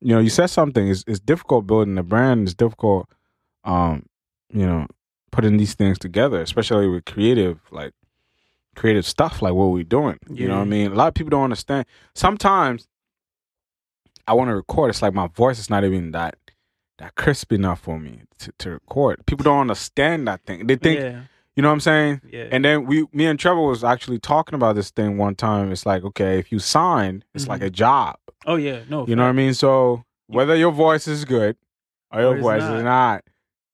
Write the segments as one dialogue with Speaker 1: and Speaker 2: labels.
Speaker 1: you know, you said something. It's it's difficult building a brand. It's difficult, um, you know, putting these things together, especially with creative like creative stuff like what we're doing. You know what I
Speaker 2: Yeah.
Speaker 1: mean? A lot of people don't understand. Sometimes I want to record. It's like my voice is not even that that crisp enough for me to, to record. People don't understand that thing. They think
Speaker 2: yeah,
Speaker 1: you know what I'm saying.
Speaker 2: yeah,
Speaker 1: And then we, me and Trevor was actually talking about this thing one time. It's like, okay, if you sign, it's
Speaker 2: Mhm.
Speaker 1: like a job.
Speaker 2: oh yeah, no,
Speaker 1: You know what I mean? So whether your voice is good or your
Speaker 2: it's
Speaker 1: voice
Speaker 2: not.
Speaker 1: is not,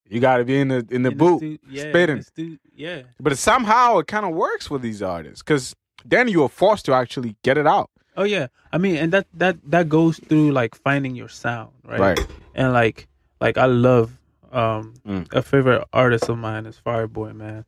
Speaker 1: you got to be in the in the boot.
Speaker 2: yeah,
Speaker 1: spitting.
Speaker 2: in the stu- yeah,
Speaker 1: but somehow it kind of works with these artists because then you are forced to actually get it out.
Speaker 2: oh yeah. I mean, and that that that goes through like finding your sound, right? And like like I love um
Speaker 1: Mm.
Speaker 2: a favorite artist of mine is Fireboy, man.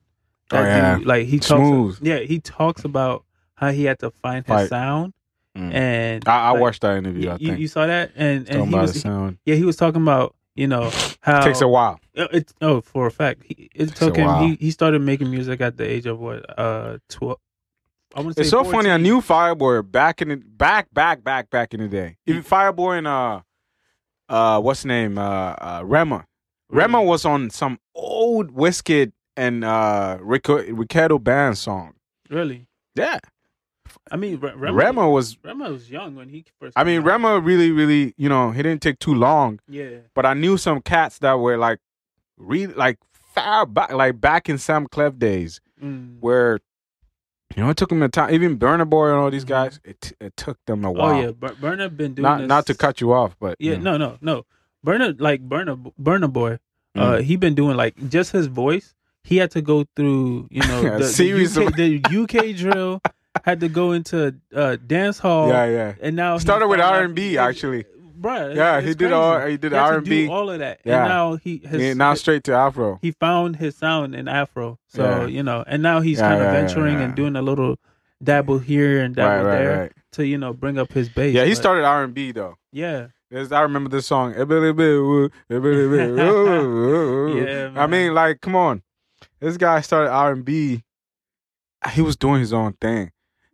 Speaker 1: Oh,
Speaker 2: That
Speaker 1: yeah.
Speaker 2: dude, like he talks,
Speaker 1: Smooth.
Speaker 2: yeah, he talks about how he had to find his
Speaker 1: Like-
Speaker 2: sound
Speaker 1: Mm.
Speaker 2: and
Speaker 1: I, I
Speaker 2: like,
Speaker 1: watched that interview.
Speaker 2: You,
Speaker 1: I
Speaker 2: you,
Speaker 1: think
Speaker 2: you saw that, and and
Speaker 1: talking
Speaker 2: he
Speaker 1: about
Speaker 2: was
Speaker 1: the sound
Speaker 2: yeah, he was talking about you know how
Speaker 1: takes a while.
Speaker 2: Uh, It, oh, for a fact, he, it
Speaker 1: a
Speaker 2: took him.
Speaker 1: while.
Speaker 2: He, he started making music at the age of what? Uh, twelve. I want to say
Speaker 1: It's so
Speaker 2: 14.
Speaker 1: funny. I knew Fireboy back in the back, back, back, back in the day. Even Fireboy and uh, uh, what's his name? Uh, uh Rema. Rema was on some old Whisked and uh Rico, Ricardo Band song.
Speaker 2: Really?
Speaker 1: Yeah,
Speaker 2: I mean, Re- Rema,
Speaker 1: Rema was.
Speaker 2: Rema was young when he first.
Speaker 1: I mean,
Speaker 2: came out.
Speaker 1: Rema really, really, you know, he didn't take too long.
Speaker 2: Yeah.
Speaker 1: But I knew some cats that were like, re like far back, like back in Sam Clef days,
Speaker 2: Mm.
Speaker 1: where you know it took him a time. Even Burna Boy and all these
Speaker 2: Mhm.
Speaker 1: guys, it t- it took them a while.
Speaker 2: Oh yeah, Bur- Burner been doing
Speaker 1: not
Speaker 2: this-
Speaker 1: not to cut you off, but
Speaker 2: Yeah,
Speaker 1: you Mm. know.
Speaker 2: no, no, no. Burner like Burner Burner boy. Uh,
Speaker 1: Mm.
Speaker 2: he been doing like just his voice. He had to go through you know
Speaker 1: A
Speaker 2: the,
Speaker 1: series
Speaker 2: the, UK,
Speaker 1: of-
Speaker 2: the UK drill. Had to go into uh, dance hall.
Speaker 1: yeah, yeah.
Speaker 2: and now he
Speaker 1: Started with
Speaker 2: found out-
Speaker 1: R&B, actually.
Speaker 2: Bruh,
Speaker 1: Yeah,
Speaker 2: it's
Speaker 1: he did
Speaker 2: crazy.
Speaker 1: all- he did
Speaker 2: had to
Speaker 1: R&B.
Speaker 2: do all of that,
Speaker 1: Yeah.
Speaker 2: and now he has
Speaker 1: Yeah, now straight to Afro.
Speaker 2: he found his sound in Afro. So
Speaker 1: Yeah.
Speaker 2: you know, and now he's
Speaker 1: Yeah,
Speaker 2: kind of
Speaker 1: yeah, yeah,
Speaker 2: venturing
Speaker 1: yeah.
Speaker 2: and doing a little dabble here and
Speaker 1: Right,
Speaker 2: dabble
Speaker 1: right,
Speaker 2: there
Speaker 1: right.
Speaker 2: to you know bring up his bass.
Speaker 1: Yeah, he
Speaker 2: but-
Speaker 1: started R and B though.
Speaker 2: Yeah,
Speaker 1: There's- I remember this song. Eh, "Ebelebe, ebelebe, ooh, ooh, ooh."
Speaker 2: Yeah,
Speaker 1: I
Speaker 2: man.
Speaker 1: mean, like, come on, this guy started R and B. He was doing his own thing,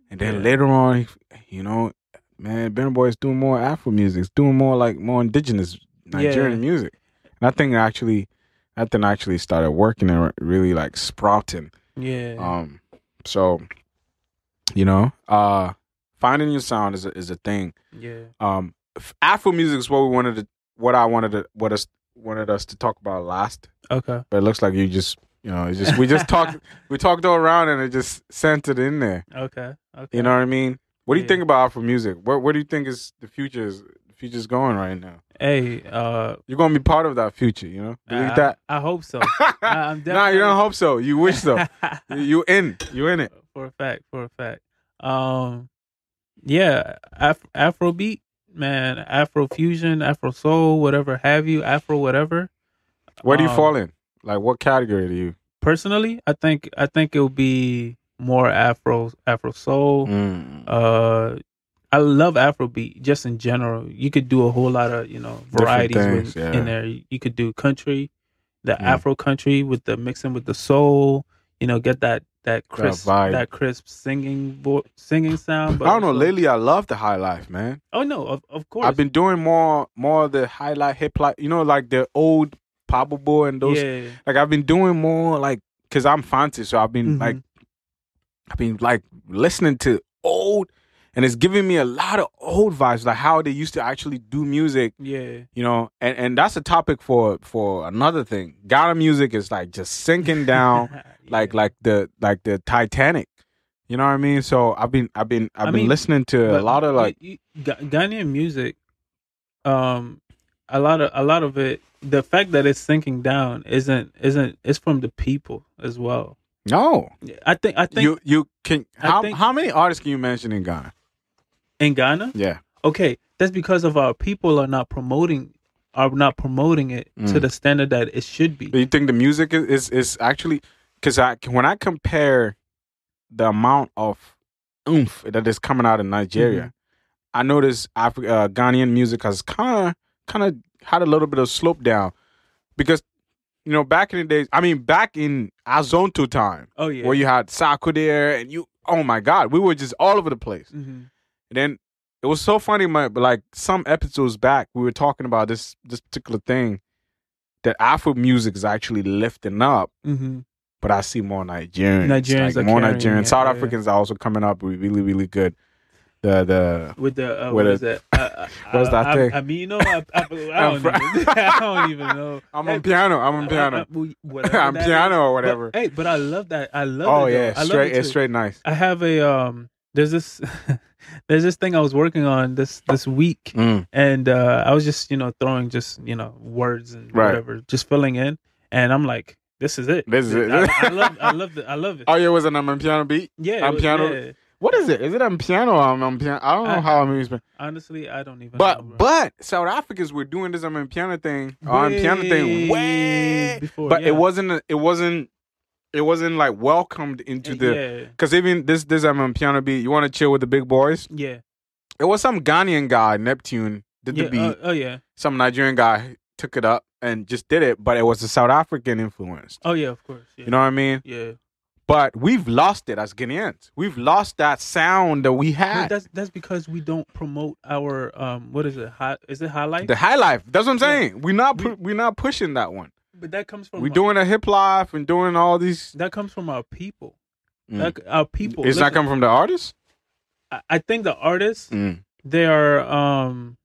Speaker 1: and then
Speaker 2: Yeah.
Speaker 1: later on, he, you know, man, Ben Boy is doing more Afro music. It's doing more like more indigenous Nigerian
Speaker 2: Yeah.
Speaker 1: music. And I think actually, that thing actually started working and really like sprouting.
Speaker 2: yeah,
Speaker 1: Um, so you know, uh, finding your sound is a, is a thing.
Speaker 2: yeah,
Speaker 1: Um, f- Afro music is what we wanted to, what I wanted to, what us wanted us to talk about last.
Speaker 2: okay,
Speaker 1: But it looks like you just, you know, it's just we just talked, we talked all around, and it just sent it in there.
Speaker 2: okay, okay.
Speaker 1: You know what I mean? What do you
Speaker 2: Yeah.
Speaker 1: think about Afro music? Where Where do you think is the future is the future's going right now?
Speaker 2: hey, uh,
Speaker 1: You're gonna be part of that future, you know? Believe
Speaker 2: I,
Speaker 1: that.
Speaker 2: I hope so.
Speaker 1: nah,
Speaker 2: I, I'm
Speaker 1: you don't hope so. You wish so. You-
Speaker 2: so.
Speaker 1: you in. You in it.
Speaker 2: for a fact, for a fact. Um, yeah, Af- Afrobeat, man, Afro fusion, Afro soul, whatever have you, Afro whatever.
Speaker 1: Where do you
Speaker 2: Um,
Speaker 1: fall in? Like, what category do you?
Speaker 2: Personally, I think I think it'll be more Afro Afro soul.
Speaker 1: Mm.
Speaker 2: Uh, I love Afrobeat just in general. You could do a whole lot of you know varieties
Speaker 1: things,
Speaker 2: with,
Speaker 1: yeah.
Speaker 2: in there. You could do country, the
Speaker 1: Mm.
Speaker 2: Afro country with the mixing with the soul. You know, get that that crisp
Speaker 1: vibe.
Speaker 2: that, crisp singing vo- singing sound. But
Speaker 1: I don't know.
Speaker 2: also-
Speaker 1: Lately, I love the high life, man.
Speaker 2: Oh no, of, of course.
Speaker 1: I've been doing more, more of the high life hip hop. You know, like the old Pablo Boy and those.
Speaker 2: yeah,
Speaker 1: Like I've been doing more, like because I'm fancy, so I've been
Speaker 2: Mhm.
Speaker 1: like, I've been like listening to old, and it's giving me a lot of old vibes, like how they used to actually do music.
Speaker 2: yeah,
Speaker 1: You know, and and that's a topic for for another thing. Ghana music is like just sinking down. like
Speaker 2: Yeah.
Speaker 1: like the like the Titanic. You know what I mean? So I've been I've been I've
Speaker 2: I
Speaker 1: been
Speaker 2: mean,
Speaker 1: listening to a
Speaker 2: But
Speaker 1: lot of
Speaker 2: you-
Speaker 1: like
Speaker 2: you- Ga- Ghanaian music. Um, a lot of a lot of it. The fact that it's sinking down isn't isn't it's from the people as well.
Speaker 1: no
Speaker 2: I think I think
Speaker 1: you you can
Speaker 2: I
Speaker 1: how
Speaker 2: think-
Speaker 1: how many artists can you mention in Ghana?
Speaker 2: in Ghana,
Speaker 1: Yeah,
Speaker 2: okay, that's because of our people are not promoting are not promoting it to
Speaker 1: Mm.
Speaker 2: the standard that it should
Speaker 1: do
Speaker 2: be.
Speaker 1: you think the music is is, is actually because I when I compare the amount of oomph that is coming out of
Speaker 2: Mm-hmm.
Speaker 1: Nigeria, I notice Afri- uh, Ghanaian music has kind of kind of had a little bit of slope down because you know back in the days I mean back in Azonto time
Speaker 2: Oh yeah.
Speaker 1: where you had Saku there and you oh my god, we were just all over the place.
Speaker 2: hmm
Speaker 1: And then It was so funny, my like some episodes back, we were talking about this this particular thing that Afro music is actually lifting up,
Speaker 2: Mm-hmm.
Speaker 1: but I see more Nigerians,
Speaker 2: Nigerians
Speaker 1: like,
Speaker 2: are
Speaker 1: more
Speaker 2: carrying
Speaker 1: Nigerians.
Speaker 2: it,
Speaker 1: South
Speaker 2: yeah.
Speaker 1: Africans are also coming up re- really, really good. The the
Speaker 2: With the uh,
Speaker 1: With
Speaker 2: what
Speaker 1: a-
Speaker 2: is that? Uh,
Speaker 1: What's that
Speaker 2: I,
Speaker 1: thing?
Speaker 2: I, I mean, you know, I, I, I,
Speaker 1: I'm
Speaker 2: don't,
Speaker 1: fr-
Speaker 2: even, I don't even know.
Speaker 1: I'm on piano. I'm on piano. I'm piano or whatever.
Speaker 2: hey, but I love that. I love.
Speaker 1: Oh
Speaker 2: it, though.
Speaker 1: yeah,
Speaker 2: I love
Speaker 1: straight
Speaker 2: it
Speaker 1: it's
Speaker 2: too.
Speaker 1: straight nice.
Speaker 2: I have a um. There's this. there's this thing I was working on this this week,
Speaker 1: Mm.
Speaker 2: and uh, I was just you know throwing just you know words and
Speaker 1: Right.
Speaker 2: whatever, just filling in, and I'm like, this is it.
Speaker 1: This is it.
Speaker 2: I, I love. I love it. I love it.
Speaker 1: Oh yeah, was it on piano beat?
Speaker 2: Yeah, it
Speaker 1: I'm
Speaker 2: was-
Speaker 1: piano-
Speaker 2: yeah.
Speaker 1: What is it? Is it on piano or on, piano? I don't know
Speaker 2: I-
Speaker 1: how I'm using.
Speaker 2: Honestly, I don't even. know,
Speaker 1: But
Speaker 2: bro.
Speaker 1: but South Africans were doing this on piano thing on piano thing way,
Speaker 2: before,
Speaker 1: but
Speaker 2: yeah.
Speaker 1: it wasn't a- it wasn't it wasn't like welcomed into the
Speaker 2: yeah,
Speaker 1: because even this this on piano beat. You want to chill with the big boys?
Speaker 2: yeah.
Speaker 1: It was some Ghanaian guy Neptune did
Speaker 2: yeah
Speaker 1: the beat.
Speaker 2: Oh, oh yeah,
Speaker 1: some Nigerian guy took it up and just did it, but it was a South African influence.
Speaker 2: oh yeah, of course. Yeah.
Speaker 1: You know what I mean?
Speaker 2: yeah.
Speaker 1: But we've lost it as Guineans. We've lost that sound that we
Speaker 2: But
Speaker 1: had.
Speaker 2: that's that's because we don't promote our um. What is it? High, is it high life?
Speaker 1: The high life. That's what I'm
Speaker 2: Yeah.
Speaker 1: saying. We're not
Speaker 2: We-
Speaker 1: pu- we're not pushing that one.
Speaker 2: but that comes from
Speaker 1: We're
Speaker 2: our-
Speaker 1: doing a hip life and doing all these.
Speaker 2: that comes from our people.
Speaker 1: Mm.
Speaker 2: That- our people.
Speaker 1: It's not Mm.
Speaker 2: listen,
Speaker 1: coming from the artist.
Speaker 2: I, I think the artists they are um,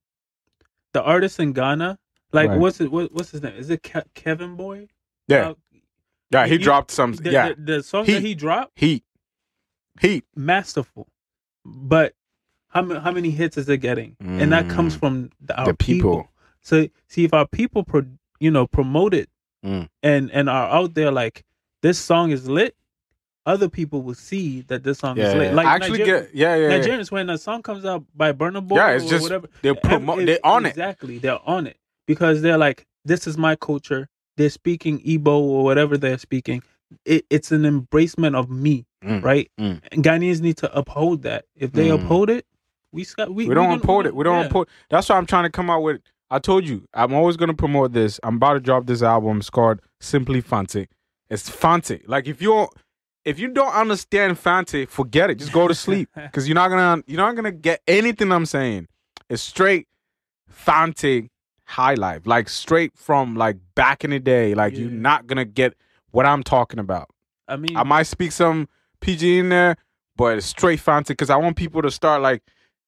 Speaker 2: the artists in Ghana. Like
Speaker 1: Right.
Speaker 2: what's it? What, what's his name? Is it Ke- Kevin Boy?
Speaker 1: Yeah,
Speaker 2: Uh,
Speaker 1: yeah. He
Speaker 2: you-
Speaker 1: dropped some.
Speaker 2: the,
Speaker 1: yeah,
Speaker 2: The, the song
Speaker 1: Heat.
Speaker 2: that he dropped,
Speaker 1: heat, heat.
Speaker 2: masterful, but how ma- how many hits is it getting? And that comes
Speaker 1: Mm.
Speaker 2: from the, our Oh, people. So see if our people pro, you know promote it
Speaker 1: Mm.
Speaker 2: and and are out there like this song is lit, other people will see that this song
Speaker 1: Yeah,
Speaker 2: is lit. Like
Speaker 1: I actually
Speaker 2: Nigerian,
Speaker 1: get. Yeah, yeah. yeah.
Speaker 2: Nigerians when a song comes out by Burna Boy
Speaker 1: Yeah, it's
Speaker 2: or
Speaker 1: just-
Speaker 2: whatever,
Speaker 1: They promote.
Speaker 2: ev-
Speaker 1: They on it.
Speaker 2: exactly. They're on it because they're like this is my culture. They're speaking Igbo or whatever they're speaking. It, it's an embracement of me,
Speaker 1: Mm.
Speaker 2: right?
Speaker 1: Mm.
Speaker 2: And Ghanaians need to uphold that. If they
Speaker 1: Mm.
Speaker 2: uphold it, we sc-
Speaker 1: we
Speaker 2: we,
Speaker 1: don't
Speaker 2: gonna-
Speaker 1: import it. We don't
Speaker 2: yeah.
Speaker 1: import. That's why I'm trying to come out with. I told you, I'm always gonna promote this. I'm about to drop this album. It's called Simply Fante. It's Fante. Like if you don't, if you don't understand Fante, forget it. Just go to sleep because you're not gonna you're not gonna get anything I'm saying. It's straight Fante high life, like straight from like back in the day. Like you're
Speaker 2: Yeah.
Speaker 1: not gonna get what I'm talking about.
Speaker 2: I mean,
Speaker 1: I might speak some PG in there, but it's straight Fonte because I want people to start like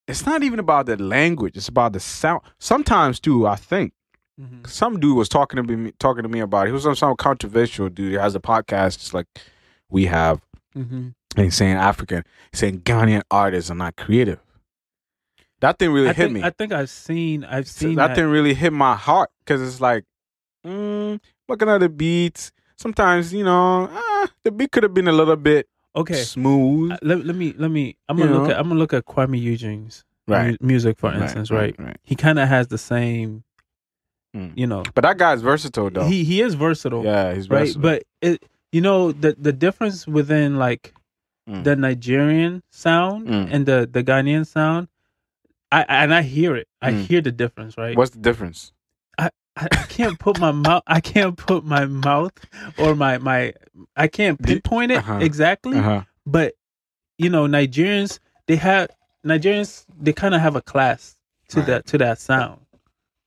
Speaker 1: it's not even about the language; it's about the sound. Sometimes too, I think
Speaker 2: mhm.
Speaker 1: some dude was talking to me talking to me about it. He was some, some controversial dude. He has a podcast just like we have,
Speaker 2: Mhm.
Speaker 1: and he's saying African, he's saying Ghanaian artists are not creative. That thing really
Speaker 2: I,
Speaker 1: hit
Speaker 2: think,
Speaker 1: me.
Speaker 2: I think I've seen I've
Speaker 1: So
Speaker 2: seen
Speaker 1: that,
Speaker 2: that.
Speaker 1: thing really hit my heart because it's like, mm, looking at the beats, sometimes you know ah, the beat could have been a little bit
Speaker 2: okay,
Speaker 1: smooth.
Speaker 2: uh, let, let me let me. I'm
Speaker 1: You
Speaker 2: gonna look
Speaker 1: know?
Speaker 2: at I'm gonna look at Kwame Eugene's
Speaker 1: right.
Speaker 2: mu- music for instance. Right, he kind of has the same.
Speaker 1: Mm.
Speaker 2: You know,
Speaker 1: But that guy's versatile though.
Speaker 2: he he is versatile.
Speaker 1: yeah, he's
Speaker 2: right,
Speaker 1: versatile.
Speaker 2: but it you know the the difference within like
Speaker 1: Mm.
Speaker 2: the Nigerian sound
Speaker 1: Mm.
Speaker 2: and the the Ghanaian sound. I, I- and I hear it. I
Speaker 1: Mm.
Speaker 2: hear the difference, right?
Speaker 1: What's the difference?
Speaker 2: I, I can't put my mouth. I can't put my mouth or my my. I can't
Speaker 1: Do-
Speaker 2: pinpoint it
Speaker 1: uh-huh,
Speaker 2: exactly.
Speaker 1: Uh-huh.
Speaker 2: but you know Nigerians they have Nigerians they kind of have a class to
Speaker 1: Right. Mm-hmm.
Speaker 2: that to that sound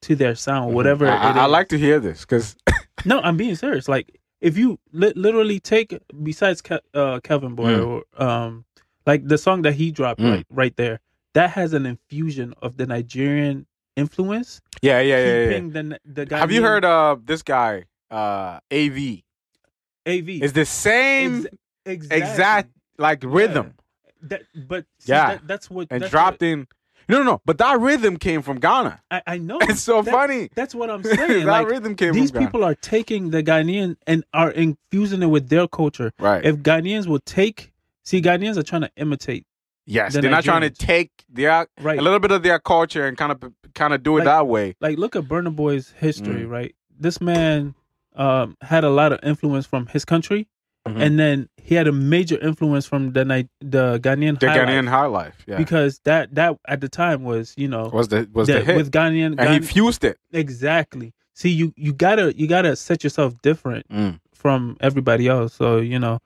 Speaker 2: to their sound whatever
Speaker 1: I,
Speaker 2: it
Speaker 1: I- I
Speaker 2: is.
Speaker 1: like to hear this because
Speaker 2: no I'm being serious like if you li- literally take besides Ke- uh, Kevin Boy or um like the song that he dropped
Speaker 1: Mm.
Speaker 2: right right there that has an infusion of the Nigerian influence
Speaker 1: yeah, yeah, yeah, yeah.
Speaker 2: keeping the the guy
Speaker 1: Have you heard of this guy, uh, AV?
Speaker 2: AV
Speaker 1: It's the same
Speaker 2: Ex- exactly.
Speaker 1: exact like rhythm
Speaker 2: that, but see,
Speaker 1: Yeah.
Speaker 2: that, that's what
Speaker 1: and
Speaker 2: that's
Speaker 1: dropped
Speaker 2: what,
Speaker 1: in. No, no, no. But that rhythm came from Ghana.
Speaker 2: I, I know
Speaker 1: It's so
Speaker 2: That-
Speaker 1: funny.
Speaker 2: That's what I'm
Speaker 1: that
Speaker 2: saying. like,
Speaker 1: rhythm came
Speaker 2: these
Speaker 1: from Ghana.
Speaker 2: people are taking the Ghanaian and are infusing it with their culture.
Speaker 1: right.
Speaker 2: If Ghanaians will take, see, Ghanaians are trying to imitate,
Speaker 1: yes,
Speaker 2: the
Speaker 1: they're not trying to
Speaker 2: Nigerians.
Speaker 1: take their
Speaker 2: right?
Speaker 1: a little bit of their culture and kind of kind of do it
Speaker 2: Like-
Speaker 1: that way.
Speaker 2: Like, look at Burna Boy's
Speaker 1: Mm.
Speaker 2: history, right? This man um, had a lot of influence from his country,
Speaker 1: Mhm.
Speaker 2: and then he had a major influence from the Ni- the Ghanaian,
Speaker 1: the
Speaker 2: high life,
Speaker 1: Ghanaian high life. Yeah.
Speaker 2: because that that at the time was you know
Speaker 1: was the was the,
Speaker 2: that
Speaker 1: hit.
Speaker 2: with Ghanaian,
Speaker 1: and he
Speaker 2: Ghan-
Speaker 1: fused it.
Speaker 2: exactly. See, you you gotta you gotta set yourself different.
Speaker 1: Mm,
Speaker 2: from everybody else. So you know,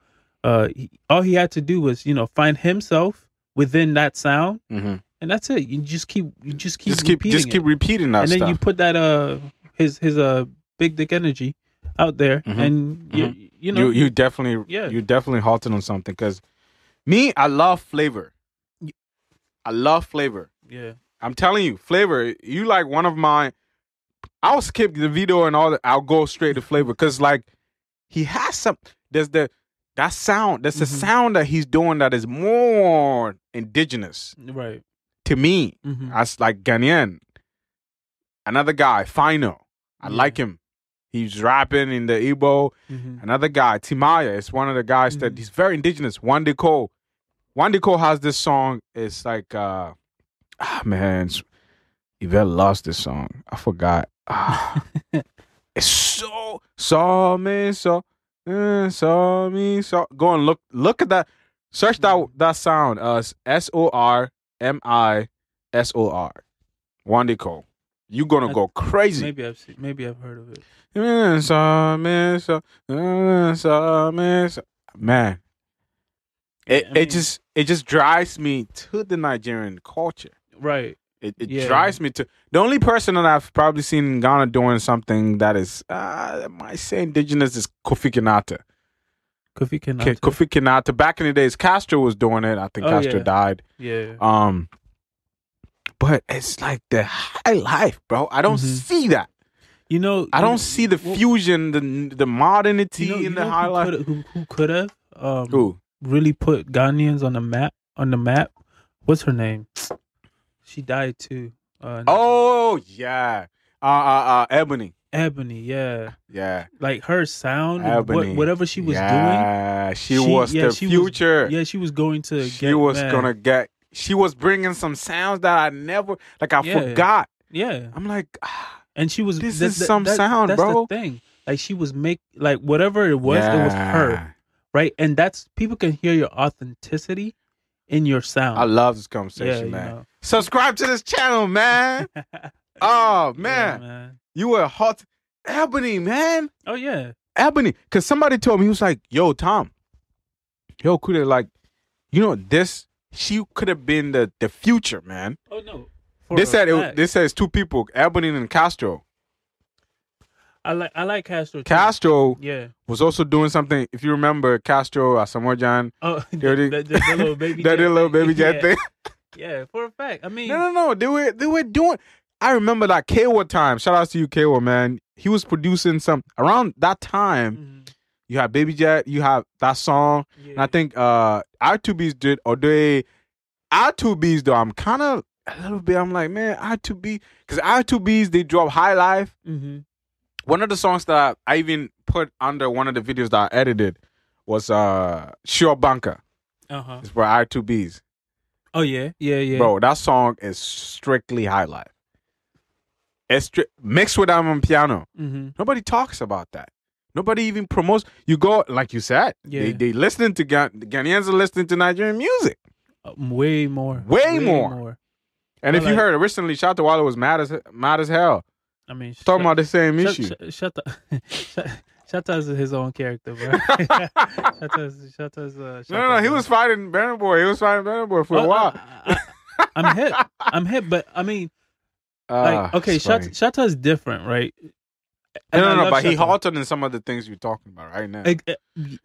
Speaker 2: uh, he, all he had to do was you know find himself within that sound,
Speaker 1: Mhm.
Speaker 2: and that's it. You just keep you just keep
Speaker 1: just keep
Speaker 2: repeating
Speaker 1: just
Speaker 2: it.
Speaker 1: keep repeating that
Speaker 2: and then
Speaker 1: stuff.
Speaker 2: you put that uh his his uh big dick energy out there,
Speaker 1: Mhm.
Speaker 2: and you you know
Speaker 1: you, you definitely
Speaker 2: Yeah.
Speaker 1: you definitely halted on something because me I love flavor.
Speaker 2: Y-
Speaker 1: I love flavor.
Speaker 2: yeah
Speaker 1: I'm telling you, flavor. You like one of my. I'll skip the video and all that. I'll go straight to flavor because like he has some. There's the that sound. There's a
Speaker 2: Mhm.
Speaker 1: sound that he's doing that is more indigenous
Speaker 2: right.
Speaker 1: to me.
Speaker 2: Mm-hmm.
Speaker 1: That's like Ghanaian. Another guy, Fino. I
Speaker 2: Yeah.
Speaker 1: like him. He's rapping in the Igbo.
Speaker 2: Mm-hmm.
Speaker 1: Another guy, Timaya, is one of the guys that
Speaker 2: Mhm.
Speaker 1: he's very indigenous. Wandiko. Wandiko has this song. It's like uh ah man, s- Yvette lost this song. I forgot. Ah, it's so saw me so uh, saw me so go and look look at that search that that sound uh S O R M I S O R Wandiko. You're gonna
Speaker 2: I-
Speaker 1: go crazy.
Speaker 2: Maybe I've seen, maybe I've heard of it.
Speaker 1: Man, so, man, so, man, so, man, so- man. It
Speaker 2: I
Speaker 1: it
Speaker 2: mean-
Speaker 1: just it just drives me to the Nigerian culture.
Speaker 2: Right.
Speaker 1: It it
Speaker 2: Yeah.
Speaker 1: drives me to the only person that I've probably seen in Ghana doing something that is uh I might say indigenous is Kofi Kinata.
Speaker 2: Kofi
Speaker 1: Ki-
Speaker 2: Kenata.
Speaker 1: Kofi Kinata. Back in the days, Castro was doing it. I think
Speaker 2: Oh,
Speaker 1: Castro
Speaker 2: yeah.
Speaker 1: died.
Speaker 2: Yeah.
Speaker 1: Um, but it's like the high life, bro. I don't
Speaker 2: Mhm.
Speaker 1: see that.
Speaker 2: You know.
Speaker 1: I
Speaker 2: you-
Speaker 1: don't see the
Speaker 2: well,
Speaker 1: fusion, the the modernity
Speaker 2: You know, you
Speaker 1: in the
Speaker 2: know
Speaker 1: high
Speaker 2: who
Speaker 1: life.
Speaker 2: coulda- Who, who could have um,
Speaker 1: Ooh,
Speaker 2: really put Ghanaians on the map? On the map. What's her name? She died too. Uh,
Speaker 1: Oh yeah. Uh uh uh Ebony.
Speaker 2: Ebony. Yeah.
Speaker 1: Yeah.
Speaker 2: Like her sound,
Speaker 1: Ebony.
Speaker 2: what, whatever she was doing.
Speaker 1: yeah, she, was
Speaker 2: yeah,
Speaker 1: the
Speaker 2: she was-
Speaker 1: future.
Speaker 2: Yeah, she was going to.
Speaker 1: she
Speaker 2: get
Speaker 1: was
Speaker 2: mad.
Speaker 1: gonna get she was bringing some sounds that I never like I
Speaker 2: Yeah.
Speaker 1: forgot.
Speaker 2: Yeah,
Speaker 1: I'm like ah,
Speaker 2: and she was.
Speaker 1: This
Speaker 2: that-
Speaker 1: is
Speaker 2: that-
Speaker 1: some
Speaker 2: that-
Speaker 1: sound,
Speaker 2: that's
Speaker 1: bro.
Speaker 2: The thing, like she was make like whatever it was, it was her.
Speaker 1: yeah.
Speaker 2: right? And that's people can hear your authenticity in your sound.
Speaker 1: I love this
Speaker 2: yeah,
Speaker 1: conversation,
Speaker 2: you
Speaker 1: man.
Speaker 2: know.
Speaker 1: Subscribe to this channel, man. oh
Speaker 2: Yeah,
Speaker 1: man. You were hot Ebony, man.
Speaker 2: Oh yeah,
Speaker 1: Ebony. Cause somebody told me he was like, yo, Tom. Yo, Kuda, like, you know, this she could have been the the future, man.
Speaker 2: oh no. For
Speaker 1: They
Speaker 2: a
Speaker 1: said it,
Speaker 2: fact.
Speaker 1: they said it's two people, Ebony and Castro.
Speaker 2: I like I like Castro. too.
Speaker 1: Castro
Speaker 2: Yeah.
Speaker 1: was also doing something. If you remember, Castro, Asamoah
Speaker 2: Oh, the,
Speaker 1: Dirty-
Speaker 2: the, the, the little baby.
Speaker 1: that that
Speaker 2: jet
Speaker 1: little
Speaker 2: thing.
Speaker 1: baby jet
Speaker 2: yeah.
Speaker 1: thing.
Speaker 2: Yeah, for a fact. I mean,
Speaker 1: No, no, no. They were they were doing. I remember that Kwa time. Shout out to you, Kwa man. He was producing some around that time.
Speaker 2: mhm,
Speaker 1: You have Baby Jet. You have that song.
Speaker 2: yeah.
Speaker 1: And I think uh R2Bs did or they R2Bs though. I'm kind of a little bit. I'm like man, R2B because R2Bs they drop High Life.
Speaker 2: Mhm.
Speaker 1: one of the songs that I even put under one of the videos that I edited was uh Sure Banker.
Speaker 2: Uh-huh.
Speaker 1: It's for I2Bs.
Speaker 2: Oh yeah, yeah, yeah.
Speaker 1: Bro, that song is strictly high life. It's stri- mixed with I'm on piano.
Speaker 2: Mhm.
Speaker 1: Nobody talks about that. Nobody even promotes. You go like you said. They
Speaker 2: Yeah.
Speaker 1: they listening to Ga- Ghanaians are listening to Nigerian music.
Speaker 2: Um, way more.
Speaker 1: Way more. And
Speaker 2: But
Speaker 1: if you
Speaker 2: like-
Speaker 1: heard it recently, Shata Walla was mad as mad as hell
Speaker 2: I mean,
Speaker 1: talking about the same
Speaker 2: shut,
Speaker 1: issue.
Speaker 2: shut, shut the. shut, Shata's his own character, bro. Shata's, Shata's, uh,
Speaker 1: no, no, no. He
Speaker 2: Shata's-
Speaker 1: was fighting Banner Boy. He was fighting Banner Boy for
Speaker 2: Oh,
Speaker 1: a while.
Speaker 2: I, am hip. I'm hip, but I mean, oh, like,
Speaker 1: Ah,
Speaker 2: okay,
Speaker 1: it's
Speaker 2: Shata,
Speaker 1: funny.
Speaker 2: Shata's different, right?
Speaker 1: No,
Speaker 2: And I
Speaker 1: no, no.
Speaker 2: love
Speaker 1: But he
Speaker 2: Shata.
Speaker 1: halted in some of the things you're talking about right now.
Speaker 2: Like, uh,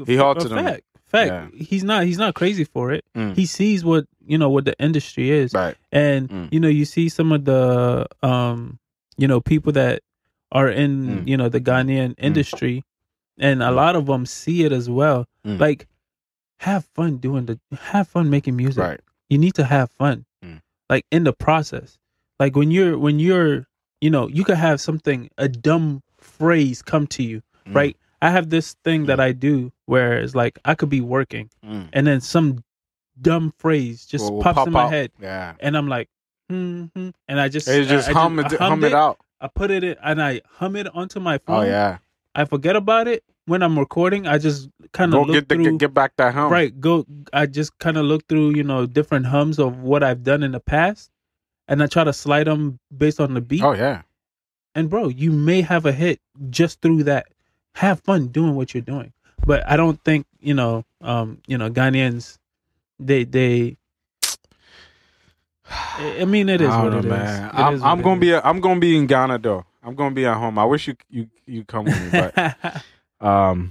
Speaker 1: He halted
Speaker 2: a
Speaker 1: him.
Speaker 2: Fact, fact. He's not. He's not crazy for it.
Speaker 1: Mm.
Speaker 2: He sees what you know what the industry is,
Speaker 1: right.
Speaker 2: and
Speaker 1: Mm.
Speaker 2: you know you see some of the um you know people that are in
Speaker 1: Mm.
Speaker 2: you know the Ghanaian industry, and a
Speaker 1: Mm.
Speaker 2: lot of them see it as well.
Speaker 1: Mm.
Speaker 2: Like, have fun doing the have fun making music
Speaker 1: Right.
Speaker 2: you need to have fun
Speaker 1: Mm.
Speaker 2: like in the process like when you're when you're you know you could have something a dumb phrase come to you
Speaker 1: Mm.
Speaker 2: right i have this thing that i do where it's like i could be working
Speaker 1: Mm.
Speaker 2: and then some dumb phrase just
Speaker 1: Will- will
Speaker 2: pops
Speaker 1: pop
Speaker 2: in my
Speaker 1: out.
Speaker 2: head
Speaker 1: Yeah.
Speaker 2: and i'm like hmm hmm, and i just
Speaker 1: It's just
Speaker 2: I, I
Speaker 1: hum it,
Speaker 2: I
Speaker 1: hum
Speaker 2: hummed
Speaker 1: it out.
Speaker 2: i put it mm, in and i hum it onto my phone
Speaker 1: Oh yeah.
Speaker 2: i forget about it when i'm recording i just kind
Speaker 1: Go
Speaker 2: of look
Speaker 1: get the
Speaker 2: through
Speaker 1: get, get back that hum.
Speaker 2: right go i just kind of look through you know different hums of what i've done in the past and i try to slide them based on the beat
Speaker 1: Oh yeah.
Speaker 2: and bro you may have a hit just through that have fun doing what you're doing but i don't think you know um you know ghanaians they they I mean, it is
Speaker 1: I
Speaker 2: what
Speaker 1: don't
Speaker 2: it
Speaker 1: know,
Speaker 2: is.
Speaker 1: man.
Speaker 2: It
Speaker 1: I'm,
Speaker 2: is
Speaker 1: I'm
Speaker 2: what
Speaker 1: gonna
Speaker 2: it
Speaker 1: be a, I'm gonna be in Ghana though. I'm gonna be at home. I wish you you you come with me,
Speaker 2: is.
Speaker 1: but um,